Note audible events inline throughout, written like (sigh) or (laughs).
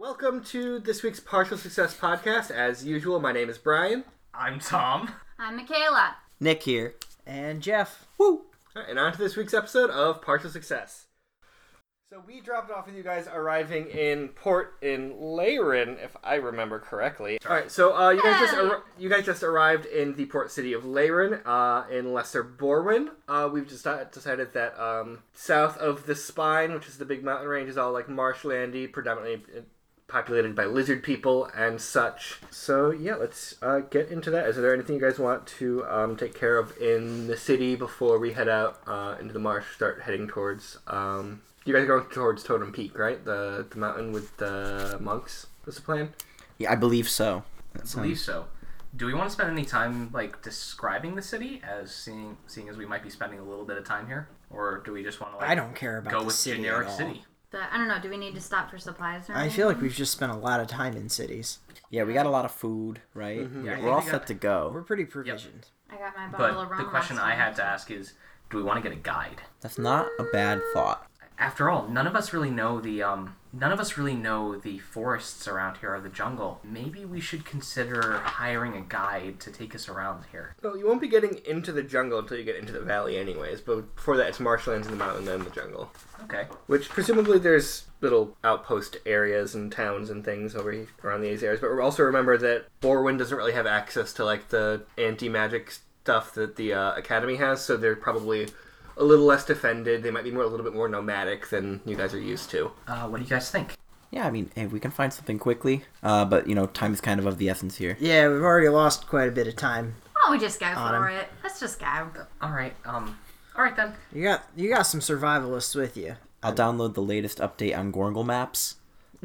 Welcome to this week's Partial Success Podcast. As usual, my name is Brian, I'm Tom. I'm Uh, Michaela. Nick here. And Jeff. Woo! and on to this week's episode of Partial Success. So we dropped off with you guys arriving in port in Leyrin, if I remember correctly. All right, so uh, you guys just Hey. ar- you guys just arrived in the port city of Leyrin uh, in Lesser Borwin. Uh, we've just uh, decided that um, south of the Spine, which is the big mountain range, is all like marshlandy, predominantly uh, populated by lizard people and such. So yeah, let's uh, get into that. Is there anything you guys want to um, take care of in the city before we head out uh, into the marsh? Start heading towards. Um, you guys are going towards Totem Peak, right? The the mountain with the monks. That's the plan. Yeah, I believe so. That I believe sounds... so. Do we want to spend any time like describing the city as seeing seeing as we might be spending a little bit of time here, or do we just want to like I don't care about go the with city generic at all. city? The, I don't know. Do we need to stop for supplies or I anything? feel like we've just spent a lot of time in cities. Mm-hmm. Yeah, we got a lot of food, right? Yeah, I We're think all we set got- to go. We're pretty provisioned. I got my bottle of But rum. the question last I time. had to ask is, do we want to get a guide? That's not a bad thought. After all, none of us really know the um none of us really know the forests around here or the jungle. Maybe we should consider hiring a guide to take us around here. Well, you won't be getting into the jungle until you get into the valley, anyways. But before that, it's marshlands in the mountain, then the jungle. Okay. Which presumably there's little outpost areas and towns and things over he- around these areas. But also remember that Borwin doesn't really have access to like the anti magic stuff that the uh, academy has, so they're probably a little less defended. They might be more a little bit more nomadic than you guys are used to. Uh, what do you guys think? Yeah, I mean, hey, we can find something quickly, uh, but you know, time is kind of of the essence here. Yeah, we've already lost quite a bit of time. Why don't we just go for Autumn. it? Let's just go. All right. Um. All right then. You got you got some survivalists with you. I'll download the latest update on Gorgle Maps, (laughs)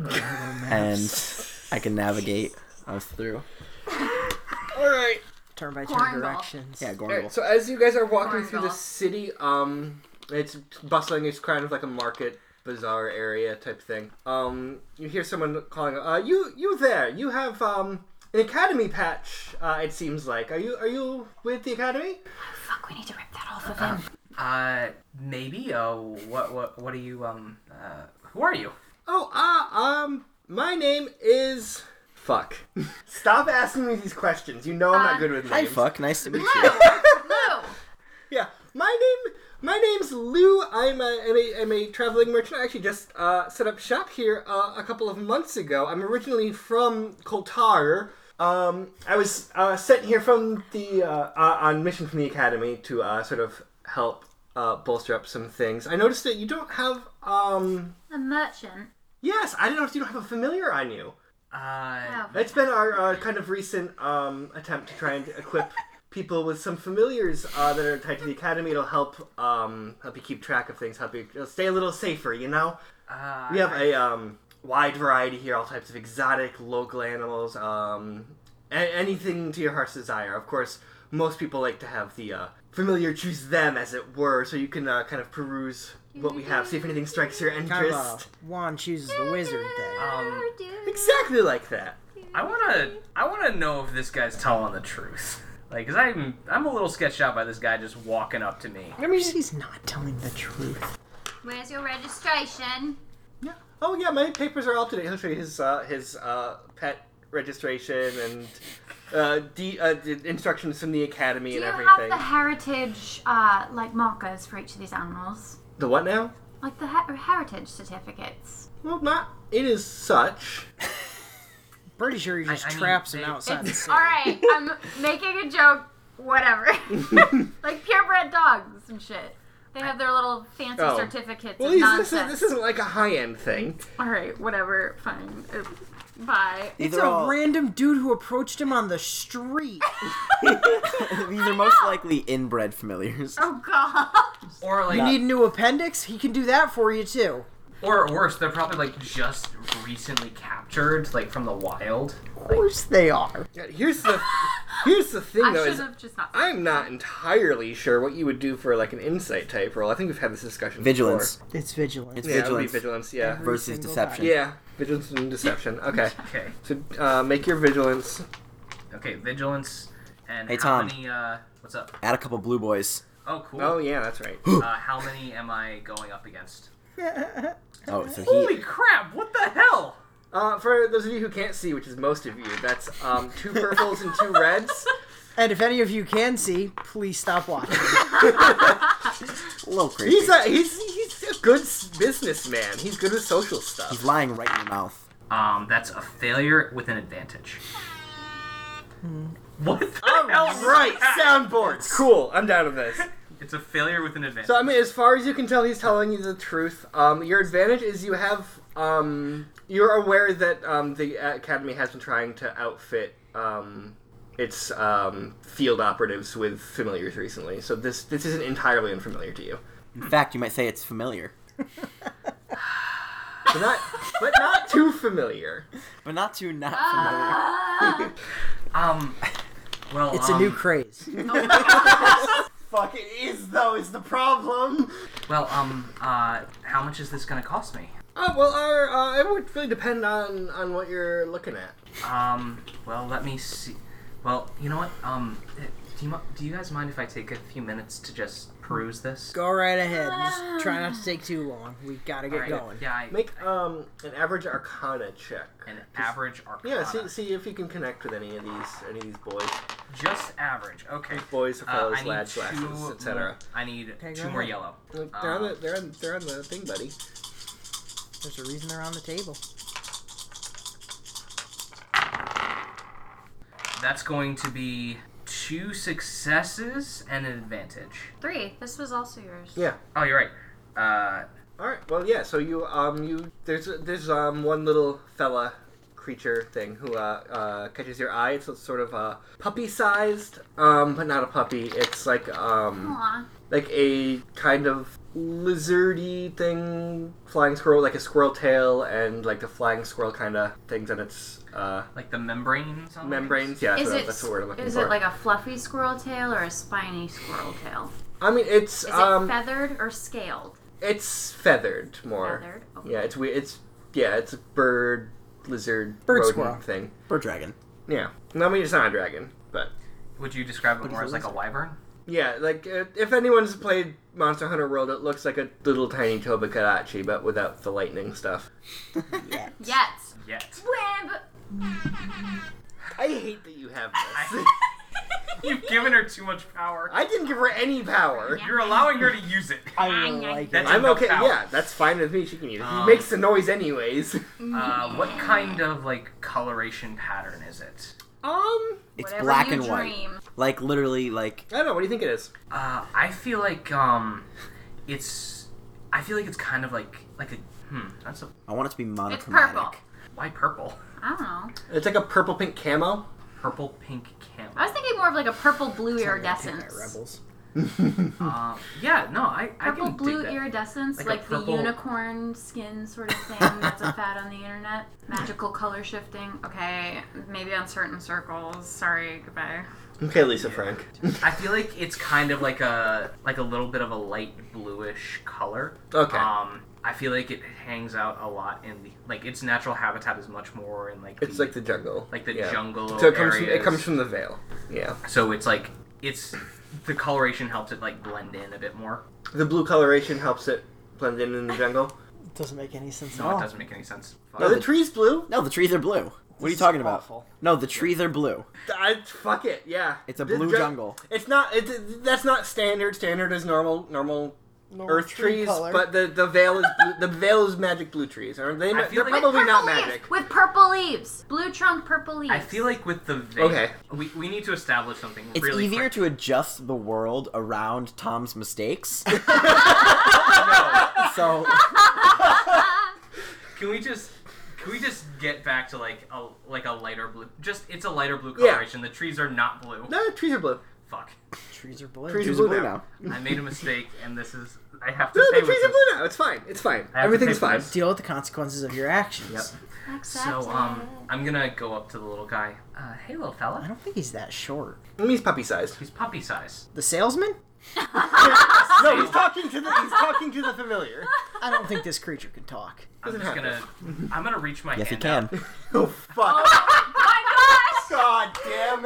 and I can navigate us through. All right. Turn by turn Cornball. directions. Yeah, All Gorgle. right. So as you guys are walking through the Cornwall. city, um, it's bustling. It's kind of like a market bazaar area type thing. Um, you hear someone calling. Uh, you, you there? You have um an academy patch. Uh, it seems like. Are you, are you with the academy? Fuck, we need to rip that off of him. Uh, maybe. Uh, what, what, what are you, um, uh, who are you? Oh, uh, um, my name is. Fuck. (laughs) Stop asking me these questions. You know I'm not Uh, good with names. Hi, fuck. Nice to meet you. Lou, (laughs) Lou. Yeah, my name my name's Lou. I'm a I'm a, I'm a traveling merchant. I actually just uh, set up shop here uh, a couple of months ago. I'm originally from Koltar. Um, I was uh, sent here from the uh, uh, on mission from the academy to uh, sort of help uh, bolster up some things. I noticed that you don't have um. A merchant. Yes, I don't know if you don't have a familiar on you. Uh, Oh. That's been our uh, kind of recent um, attempt to try and equip people with some familiars uh, that are tied to the academy. It'll help um, help you keep track of things, help you it'll stay a little safer. You know, uh, we have a um, wide variety here, all types of exotic local animals, um, a- anything to your heart's desire. Of course, most people like to have the uh, familiar choose them, as it were, so you can uh, kind of peruse what we have, see if anything strikes your Kind of interest. a Juan chooses the wizard thing. um, Exactly like that. I wanna, I wanna know if this guy's telling the truth. Like, cause I'm, I'm a little sketched out by this guy just walking up to me. I mean, he's not telling the truth. Where's your registration? Yeah. Oh yeah, my papers are all up to date. He'll show you his uh, his uh, pet registration and uh, de- uh, the instructions from the academy Do and you everything. have the heritage, uh, like markers for each of these animals? the what now? Like the her- heritage certificates. Well, not. It is such. Pretty sure he just I mean, traps him they- (laughs) outside the city. All right, I'm making a joke. Whatever. (laughs) like purebred dogs and shit. They have their little fancy Oh. certificates Well, of these- nonsense. this, is, this isn't like a high end thing. All right, whatever. Fine. Uh, Bye. It's These a are all- random dude who approached him on (laughs) the street. These are most likely inbred familiars. Oh god. Or like, You need a new appendix? He can do that for you too. or worse, they're probably like just recently captured, like from the wild. Of course they are. Yeah, Here's the here's the thing though I should is have just not. I'm not entirely sure what you would do for like an insight type role. I think we've had this discussion. Vigilance. Before. It's vigilance. It's Yeah, it would be vigilance vigilance. Yeah. versus single deception. Yeah. Vigilance and deception. (laughs) Okay. Okay, So uh, make your vigilance. okay, vigilance. And Hey, how Tom. many? Uh, what's up? Add a couple blue boys. Oh, cool. Oh yeah, that's right. Uh, how many am I going up against? Oh, so he. Holy crap! What the hell? Uh, for those of you who can't see, which is most of you, that's um, two purples and two reds. (laughs) And if any of you can see, please stop watching. A little crazy. (laughs) He's He's, a he's he's a good s- businessman. He's good with social stuff. lying right in your mouth. Um, that's a failure with an advantage. What the hell? was Hmm. Right, that? soundboards. Cool. I'm down with this. It's a failure with an advantage. So I mean, as far as you can tell, he's telling you the truth. Um, your advantage is you have um, you're aware that um, the academy has been trying to outfit um, its um, field operatives with familiars recently. So this this isn't entirely unfamiliar to you, In fact, you might say it's familiar, but not but not too familiar. but not too not Ah. familiar. um, well, It's a new um, craze. Fuck it is though is the problem. Well, um, uh, how much is this gonna cost me? Uh, well, our, uh, it would really depend on on what you're looking at. Um, well, let me see. Well, you know what? Um, eh, do you, mi- do you guys mind if I take a few minutes to just peruse this? Go right ahead. Just (sighs) try not to take too long. We gotta get Alright, going. Yeah, I, Make um an average Arcana check. an average arcana. Yeah, see, see if you can connect with any of these any of these boys. Just average. Okay. boys or Uh, fellows, I need lads, two lasses, etc. more- I need two go more ahead. yellow. Look, They're on Uh, the they're on they're on the thing, buddy. There's a reason they're on the table. That's going to be two successes and an advantage. Three. This was also yours. Yeah. Oh, you're right. Uh, All right. Well, yeah. So you um you there's there's um one little fella creature thing who uh, uh catches your eye. It's sort of uh, puppy sized um but not a puppy. It's like um Aw. like a kind of lizardy thing, flying squirrel like a squirrel tail and like the flying squirrel kind of things on its uh like the membrane. something? membranes. Yeah. Oh, Is so it, that's the word I'm looking is for. it like a fluffy squirrel tail or a spiny squirrel tail? I mean, it's Is um it feathered or scaled? It's feathered more. Feathered? Okay. Yeah, it's weird. It's yeah, it's a bird, lizard, Bird rodent squirrel. thing. Bird dragon. Yeah, no, I mean it's not a dragon, but Would you describe it is more it as like a lizard? wyvern? yeah, like uh, if anyone's played Monster Hunter World, it looks like a little tiny Tobakarachi, but without the lightning stuff. Yes. Yet. (laughs) Web. I hate that you have this. You've given her too much power. (laughs) I didn't give her any power. You're allowing her to use it. I really like it. That's I'm enough okay. power. Yeah, that's fine with me. She can use. it. He Um, makes the noise anyways. (laughs) Uh, what kind of like coloration pattern is it? Um, It's Whatever black you and white. dream. Like literally, like I don't know. What do you think it is? Uh, I feel like um, it's. I feel like it's kind of like like a. Hmm. That's a. I want it to be It's monochromatic. purple. Why purple? (laughs) I don't know. It's like a purple pink camo. Purple pink I camo. was thinking more of like a purple blue iridescence. Anti rebels. Uh, yeah. No. I. I Purple can blue dig that. iridescence, Like like, a purple- the unicorn skin sort of thing that's a fad on (laughs) the internet. Magical color shifting. Okay, maybe on certain circles. Sorry, goodbye. Okay, Lisa Frank. (laughs) I feel like it's kind of like a like a little bit of a light bluish color. Okay. Um, I feel like it hangs out a lot in the like its natural habitat is much more in like It's like the jungle. like the yeah. jungle So it comes from, it areas. comes from the veil. Yeah. so it's like it's the coloration helps it like blend in a bit more. The blue coloration helps it blend in in the jungle. Doesn't make any sense No, Oh. at all. it doesn't make any sense. Fuck. Are the trees blue? No, the trees are blue. What are you is talking about? awful. No, the trees are blue. I, fuck it, yeah. It's a The blue ju- jungle. It's not. It, that's not standard. Standard is normal. Normal. Normal Earth tree trees, color. but the the veil is blue, the veil is magic blue trees. Are they? ma- feel They're like- probably Purple not leaves magic. with purple leaves. Blue trunk, purple leaves. I feel like with the veil, Okay. we, we need to establish something It's really easier quick. to adjust the world around Tom's mistakes. so Can we just can we just get back to like a like a lighter blue? Just it's a lighter blue Yeah. coloration. The trees are not blue. No, trees are blue. Fuck. Trees are blue. Trees trees are are blue blue now. now. (laughs) I made a mistake, and this is I have to No, pay the with trees are this. blue now. It's fine. It's fine. have to Everything's pay for fine. this. Deal with the consequences of your actions. Yep. Accepted. So um, I'm gonna go up to the little guy. Uh, hey, little I fella. don't think he's that short. He's puppy (laughs) sized. He's puppy size. The salesman? No, he's talking to the he's talking to the familiar. I don't think this creature can talk. I'm Doesn't just gonna I'm gonna reach my yes, he hand can. out. (laughs) Oh fuck! (laughs) my God damn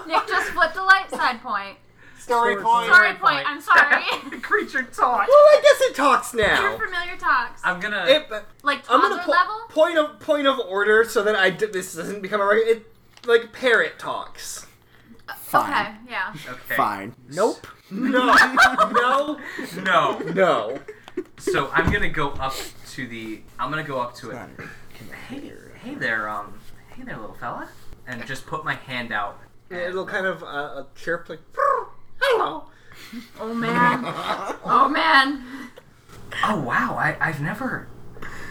it! (laughs) (laughs) gosh! Nick just flipped a light side point. Story Story point. point. Sorry, point. I'm sorry. (laughs) (laughs) creature talk. Well, I guess it talks now. (laughs) Your familiar talks. I'm gonna. It, like I'm toddler gonna po- level? point of point of order so that I d- this doesn't become a regular. It like parrot talks. Fine. Okay, yeah. okay. Fine. (laughs) Nope. No, no, No. no. So I'm gonna go up to the. I'm gonna go up to it. Hey, hey there, um, hey there, little fella, and just put my hand out. It'll kind of uh, chirp like (laughs) "Brr, hello. Oh man. oh man. (laughs) Oh wow, I, I've never,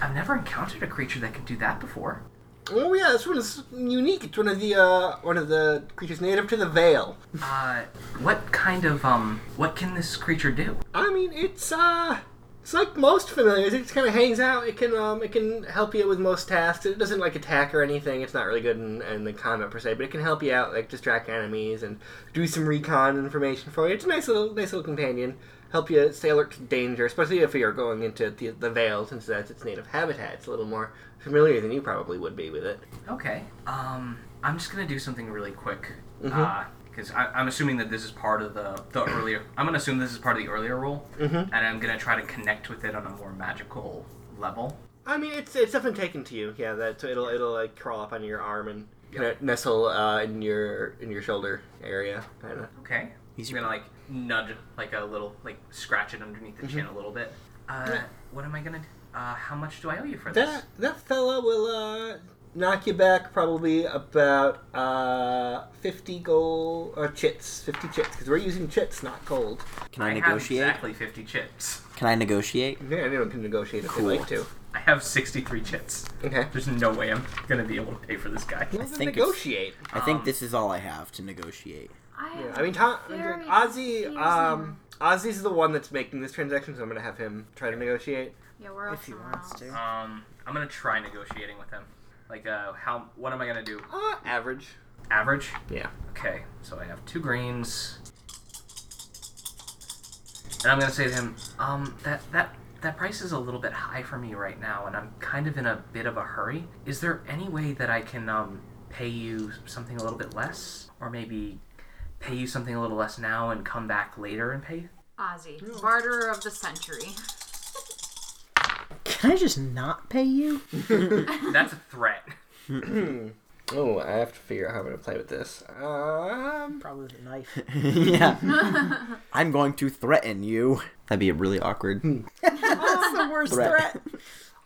I've never encountered a creature that could do that before. Oh yeah, this one is unique. It's one of the uh, one of the creatures native to the Vale. Uh, what kind of um, what can this creature do? I mean, it's uh, it's like most familiars. It just kind of hangs out. It can um, it can help you with most tasks. It doesn't like attack or anything. It's not really good in, in the combat per se, but it can help you out, like distract enemies and do some recon information for you. It's a nice little nice little companion. Help you stay alert to danger, especially if you're going into the, the Vale, since that's its native habitat. It's a little more familiar than you probably would be with it. Okay. Um, I'm just gonna do something really quick. Mm-hmm. Uh, because I'm assuming that this is part of the the earlier. I'm gonna assume this is part of the earlier rule, Mm-hmm. and I'm gonna try to connect with it on a more magical level. I mean, it's it's definitely taken to you. Yeah, that so it'll it'll like crawl up on your arm and kind of nestle uh, in your in your shoulder area, kind of. Okay. He's He's gonna like nudge, like a little, like scratch it underneath the Mm-hmm. chin a little bit. Uh, what am I gonna? Uh, how much do I owe you for this? That that fella will uh, knock you back probably about uh, fifty gold or chits, fifty chits, because we're using chits, not gold. Can I, have negotiate? exactly fifty chips. Can I negotiate? Yeah, anyone can negotiate if Cool. they like to. I have sixty-three chips. (laughs) Okay. There's no way I'm gonna be able to pay for this guy. Well, then think it's- negotiate. I think Um, this is all I have to negotiate. I, Yeah, I mean, Tom, Very Ozzy, um, confusing. Ozzy's the one that's making this transaction, so I'm gonna have him try to negotiate. yeah, we're off If he somewhere wants else. to. Um, I'm gonna try negotiating with him. Like, uh, how? What am I gonna do? Uh, average. Average. Yeah. Okay, so I have two greens. And I'm gonna say to him, um, that that that price is a little bit high for me right now, and I'm kind of in a bit of a hurry. Is there any way that I can um pay you something a little bit less, or maybe pay you something a little less now and come back later and pay? Ozzy, barterer of the century. Can I just not pay you? That's a threat. (laughs) Oh, I have to figure out how I'm gonna play with this. Um, Probably with a knife. yeah. (laughs) I'm going to threaten you. Hmm. That'd be a really awkward (laughs) That's the worst Threat. threat.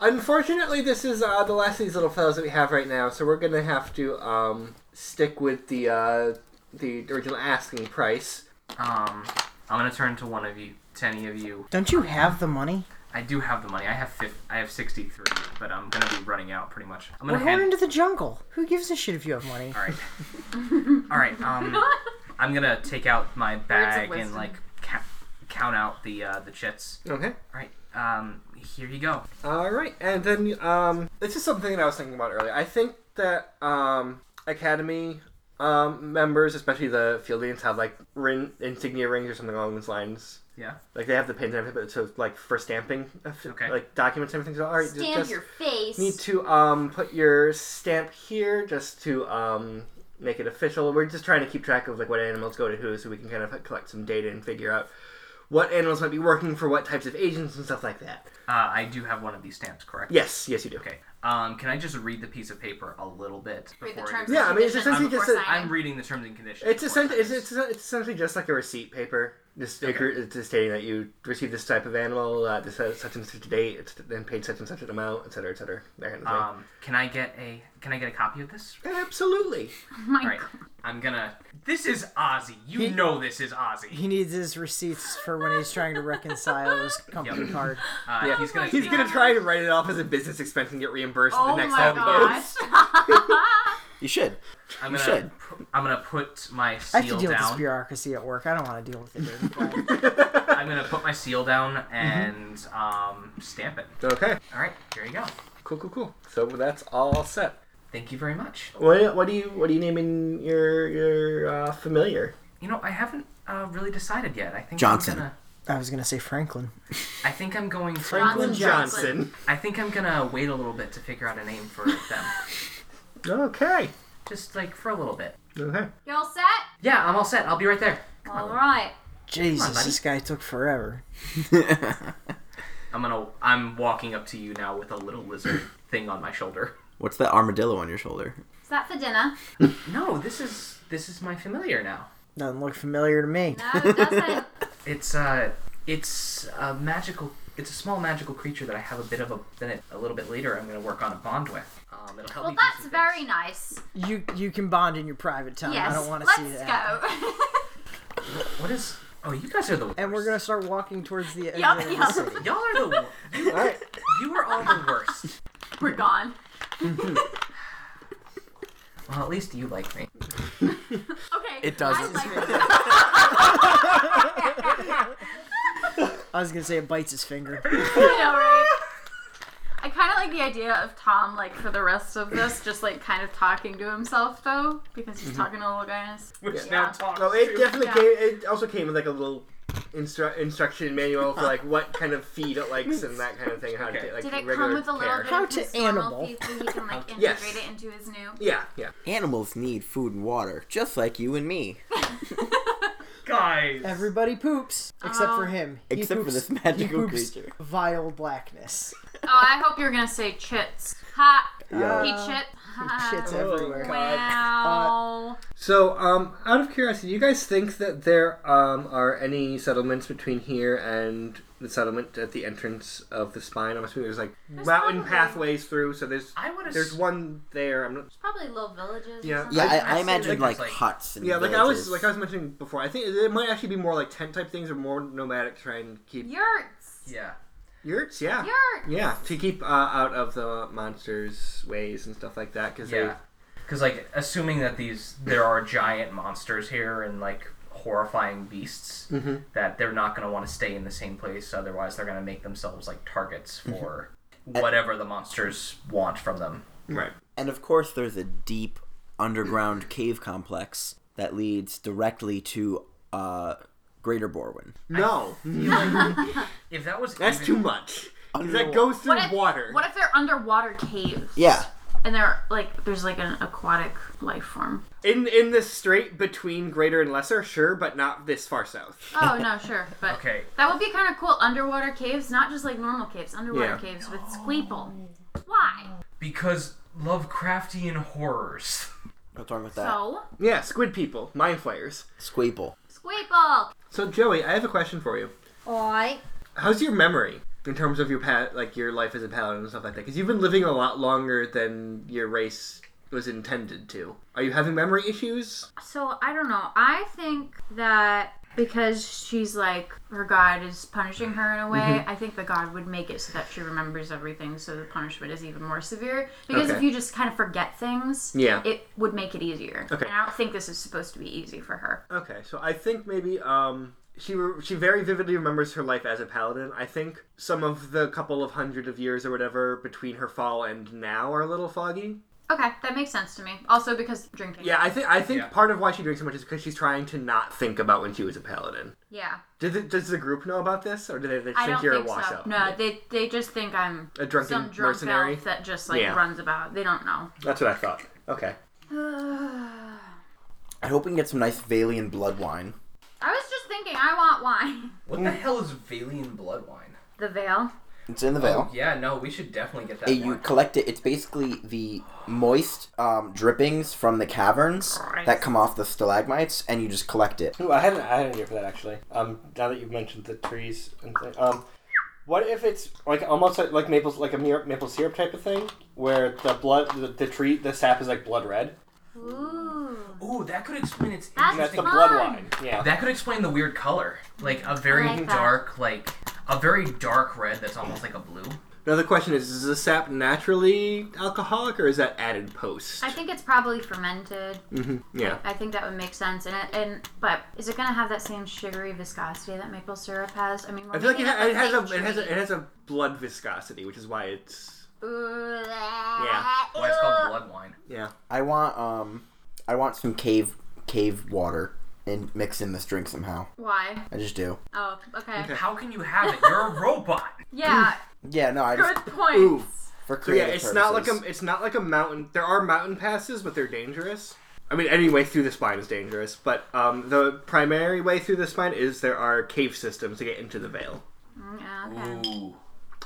unfortunately, this is uh, the last of these little fellows that we have right now, so we're gonna have to um stick with the uh the original asking price. Um, I'm gonna turn to one of you, to any of you. Don't you have the money? I do have the money. I have fif- I have 63, but I'm gonna be running out pretty much. I'm gonna We're hand. going into the jungle. Who gives a shit if you have money? All right. (laughs) All right. Um, (laughs) I'm gonna take out my bag and wisdom. like ca- count out the uh, the chits. Okay. All right. Um, here you go. All right, and then um, this is something that I was thinking about earlier. I think that um, academy um members, especially the Fieldians, have like ring insignia rings or something along those lines. Yeah. Like they have the pins and everything, but so like for stamping, of- Okay. like documents and everything. So all right, Stamp just, your face. need to um put your stamp here just to um make it official. We're just trying to keep track of like what animals go to who, so we can kind of collect some data and figure out what animals might be working for what types of agents and stuff like that. Uh, I do have one of these stamps, correct? Yes, yes, you do. Okay. Um, can I just read the piece of paper a little bit Read the before terms I do? Yeah, I mean, it's and essentially conditions just before a- signing. I'm reading the terms and conditions. It's before I essentially do it's, this. it's, it's essentially just like a receipt paper, just Okay. agre- just stating that you received this type of animal, uh, this uh, such and such a date, it's then paid such and such an amount, etc., etc. That kind of thing. Um, can I get a can I get a copy of this? Ah. Absolutely. My All right. I'm gonna. This is Ozzy. You know this is Ozzy. He needs his receipts for when he's trying to reconcile his company Yep. card. Uh, He's gonna. He's take- gonna try to write it off as a business expense and get reimbursed Oh the next my envelope. gosh. (laughs) You should. I'm gonna. You should. pu- I'm gonna put my I have to seal deal with this down. bureaucracy at work. I don't want to deal with it. dude. (laughs) But I'm gonna put my seal down and um, stamp it. Okay. All right, here you go. Cool, cool, cool. So that's all set. Thank you very much. What, what do you what do you name in your your uh, familiar? You know, I haven't uh, really decided yet. I think Johnson. I'm gonna, I was gonna say Franklin. I think I'm going to. Franklin Johnson. I think I'm gonna wait a little bit to figure out a name for them. (laughs) Okay. Just like for a little bit. Okay. (laughs) Y'all set? Yeah, I'm all set. I'll be right there. All right. Jesus, buddy. this guy took forever. I'm gonna. I'm walking up to you now with a little lizard thing on my shoulder. What's that armadillo on your shoulder? Is that for dinner? No, this is this is my familiar now. Doesn't look familiar to me. No, (laughs) it doesn't. It's uh, it's a magical. It's a small magical creature that I have a bit of a. Then a little bit later, I'm gonna work on a bond with. Um, it'll help well, me. do that's some very things. nice. You you can bond in your private time. Yes. I don't want to let's see that. go. (laughs) What is? Oh, you guys are the. Worst. And we're gonna start walking towards the Yup, exit of the yup. city. Y'all are the. wor- You, All right. you are all the worst. We're gone. Well, at least you like me. Okay. It doesn't. I like this. (laughs) I was gonna say it bites his finger. I know, right? I kind of like the idea of Tom, like, for the rest of this, just, like, kind of talking to himself, though, because Mm-hmm. he's talking to little guys. Which now Yeah. talks. No, it definitely Yeah. came. It also came with like a little instru- instruction manual for like what kind of feed it likes and that kind of thing. How to Okay. get, like Did it regular come with a little care. bit How of to his normal animal. feed so he (laughs) can, like, integrate Yes. it into his new? Yeah, yeah. Animals need food and water, just like you and me. guys. Everybody poops except for Oh. him. He Except for poops- this magical he poops creature. Vile blackness. Oh, I hope you were going to say chits. Ha! Yeah. he chit. Ha. Shit's everywhere. Wow. So, um, out of curiosity, do you guys think that there um, are any settlements between here and the settlement at the entrance of the spine? I'm assuming there's like mountain probably- pathways through. So there's I would. there's one there. I'm not. Probably little villages. Yeah. Or something. Yeah, I- I, I I imagine feel like, like it's like- huts and Yeah, like I was villages. like I was mentioning before. I think it might actually be more like tent type things or more nomadic to try and keep Yurts. Yeah. yurts. Yeah. Yurts. Yeah, to keep uh, out of the monsters' ways and stuff like that, because Yeah. Because like, assuming that these there are giant monsters here and like horrifying beasts, Mm-hmm. that they're not going to want to stay in the same place. Otherwise, they're going to make themselves like targets Mm-hmm. for whatever the monsters want from them. they right. And of course, there's a deep underground cave complex that leads directly to uh, Greater Borwin. No, If that was that's even- too much. 'Cause Underwater. That goes through What if- water. What if they're underwater caves? Yeah. And they're like, there's like an aquatic life form. In in the strait between greater and lesser, sure, but not this far south. Oh no, sure, but Okay. that would be kind of cool. Underwater caves, not just like normal caves. Underwater Yeah. caves with squeeple. Why? because Lovecraftian horrors. What's wrong with that? So Yeah, squid people, mind flayers. Squeeple. squeeple. So Joey, I have a question for you. Oi. How's your memory in terms of your pat like your life as a paladin and stuff like that? Because you've been living a lot longer than your race was intended to. Are you having memory issues? So I don't know. I think that because she's like her god is punishing her in a way, Mm-hmm. I think the god would make it so that she remembers everything, so the punishment is even more severe. Because if Okay. you just kind of forget things, Yeah. it would make it easier. Okay. And I don't think this is supposed to be easy for her. Okay, so I think maybe um she re- she very vividly remembers her life as a paladin. I think some of the couple of hundred of years or whatever between her fall and now are a little foggy. Okay, that makes sense to me. Also because drinking. Yeah, I think I think Yeah. part of why she drinks so much is because she's trying to not think about when she was a paladin. Yeah. Did the, does the group know about this, or do they, they I think don't you're think a so. washout? No, they they just think I'm a drunken some drunk mercenary. elf that just like Yeah. runs about. They don't know. (sighs) That's what I thought. Okay. I hope we can get some nice Valian blood wine. I was just thinking, I want wine. (laughs) What Mm. the hell is Valian blood wine? The veil. It's Oh. in the Vale. Yeah, no, we should definitely get that. It- you one. collect it. It's basically the moist um, drippings from the caverns that come off the stalagmites, and you just collect it. Ooh, I had an, I had an idea for that actually. Um, now that you've mentioned the trees and thing, um, what if it's like almost like, like maple like a mere- maple syrup type of thing, where the blood the, the tree the sap is like blood red. Ooh. Ooh, that could explain its That's That's the interesting. fun. blood wine. Yeah. That could explain the weird color, like a very like that. dark, like a very dark red that's almost like a blue. Now the question is: Is the sap naturally alcoholic, or is that added post? Mm-hmm, I think it's probably fermented. yeah. I think that would make sense. And it, and but is it gonna have that same sugary viscosity that maple syrup has? I mean, we're I feel like it, making ha- it has up a it has a it has a blood viscosity, which is why it's yeah. Why it's Uh. called blood wine? yeah. I want um, I want some cave cave water and mix in this drink somehow. Why? I just do. Oh, okay. How can you have it? You're (laughs) a robot. Yeah. Yeah, no, I Good just point. Ooh. for So yeah, creative it's not like purposes. a it's not like a mountain. There are mountain passes, but they're dangerous. I mean, any way through the spine is dangerous, but um, the primary way through the spine is there are cave systems to get into the veil. Mm, okay. Ooh.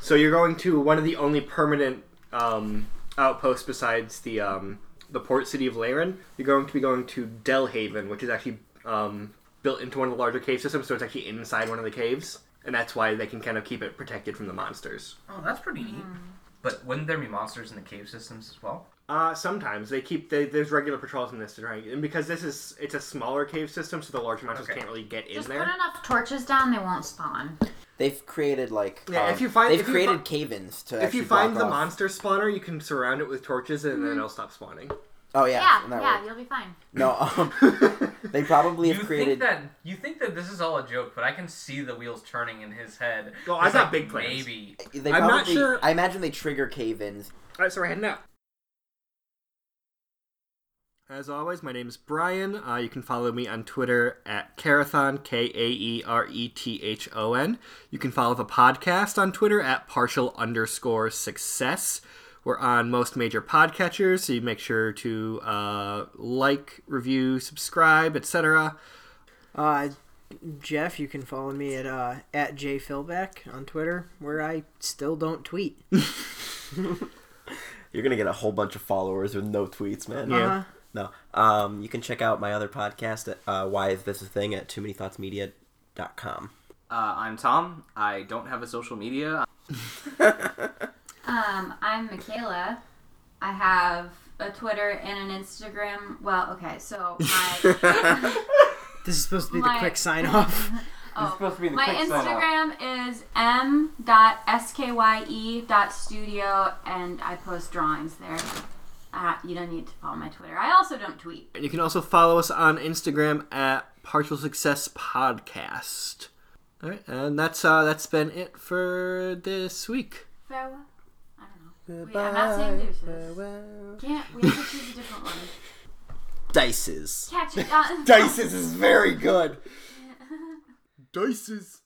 So you're going to one of the only permanent um, outposts besides the um, the port city of Laren. You're going to be going to Delhaven, which is actually um, built into one of the larger cave systems, so it's actually inside one of the caves, and that's why they can kind of keep it protected from the monsters. Oh, that's pretty neat. Mm. But wouldn't there be monsters in the cave systems as well? Uh, sometimes they keep they, there's regular patrols in this to try and, and because this is it's a smaller cave system, so the larger monsters Okay. can't really get in Just there. put enough torches down, they won't spawn. They've created like Yeah, um, if you find- they've if you created fi- cave-ins to if you actually block find the off- monster spawner, you can surround it with torches, and Mm-hmm. then it'll stop spawning. Oh yeah, Yeah, and that yeah, worked. you'll be fine. (laughs) No, um, (laughs) they probably You have created. think that you think that this is all a joke, but I can see the wheels turning in his head. Well, I He's got like, big plans. Maybe. they I'm not probably- sure- I imagine they trigger cave-ins. All right, so we're heading out. As always, my name is Brian. Uh, you can follow me on Twitter at Carathon, K A E R E T H O N. You can follow the podcast on Twitter at partial underscore success. We're on most major podcatchers, so you make sure to uh, like, review, subscribe, etc. Uh, Jeff, you can follow me at uh, at jphilbeck on Twitter, where I still don't tweet. You're gonna get a whole bunch of followers with no tweets, man. Yeah. Uh-huh. No. Um, you can check out my other podcast at uh, Why Is This a Thing at Too Many Thoughts Media. Dot com. Uh, I'm Tom. I don't have a social media. Um, I'm Michaela. I have a Twitter and an Instagram. Well, (laughs) okay, so my This is supposed to be My- the quick sign off. oh, supposed to be the my quick sign-off. Instagram is m.skye.studio, E and I post drawings there. Uh, you don't need to follow my Twitter. I also don't tweet. And you can also follow us on Instagram at Partial Success Podcast. All right, and that's uh, that's been it for this week. Farewell. I don't know. Wait, I'm not saying deuces. Can't we have to choose a different one? Dices. Catch it. Uh, Dices is very good. Dices.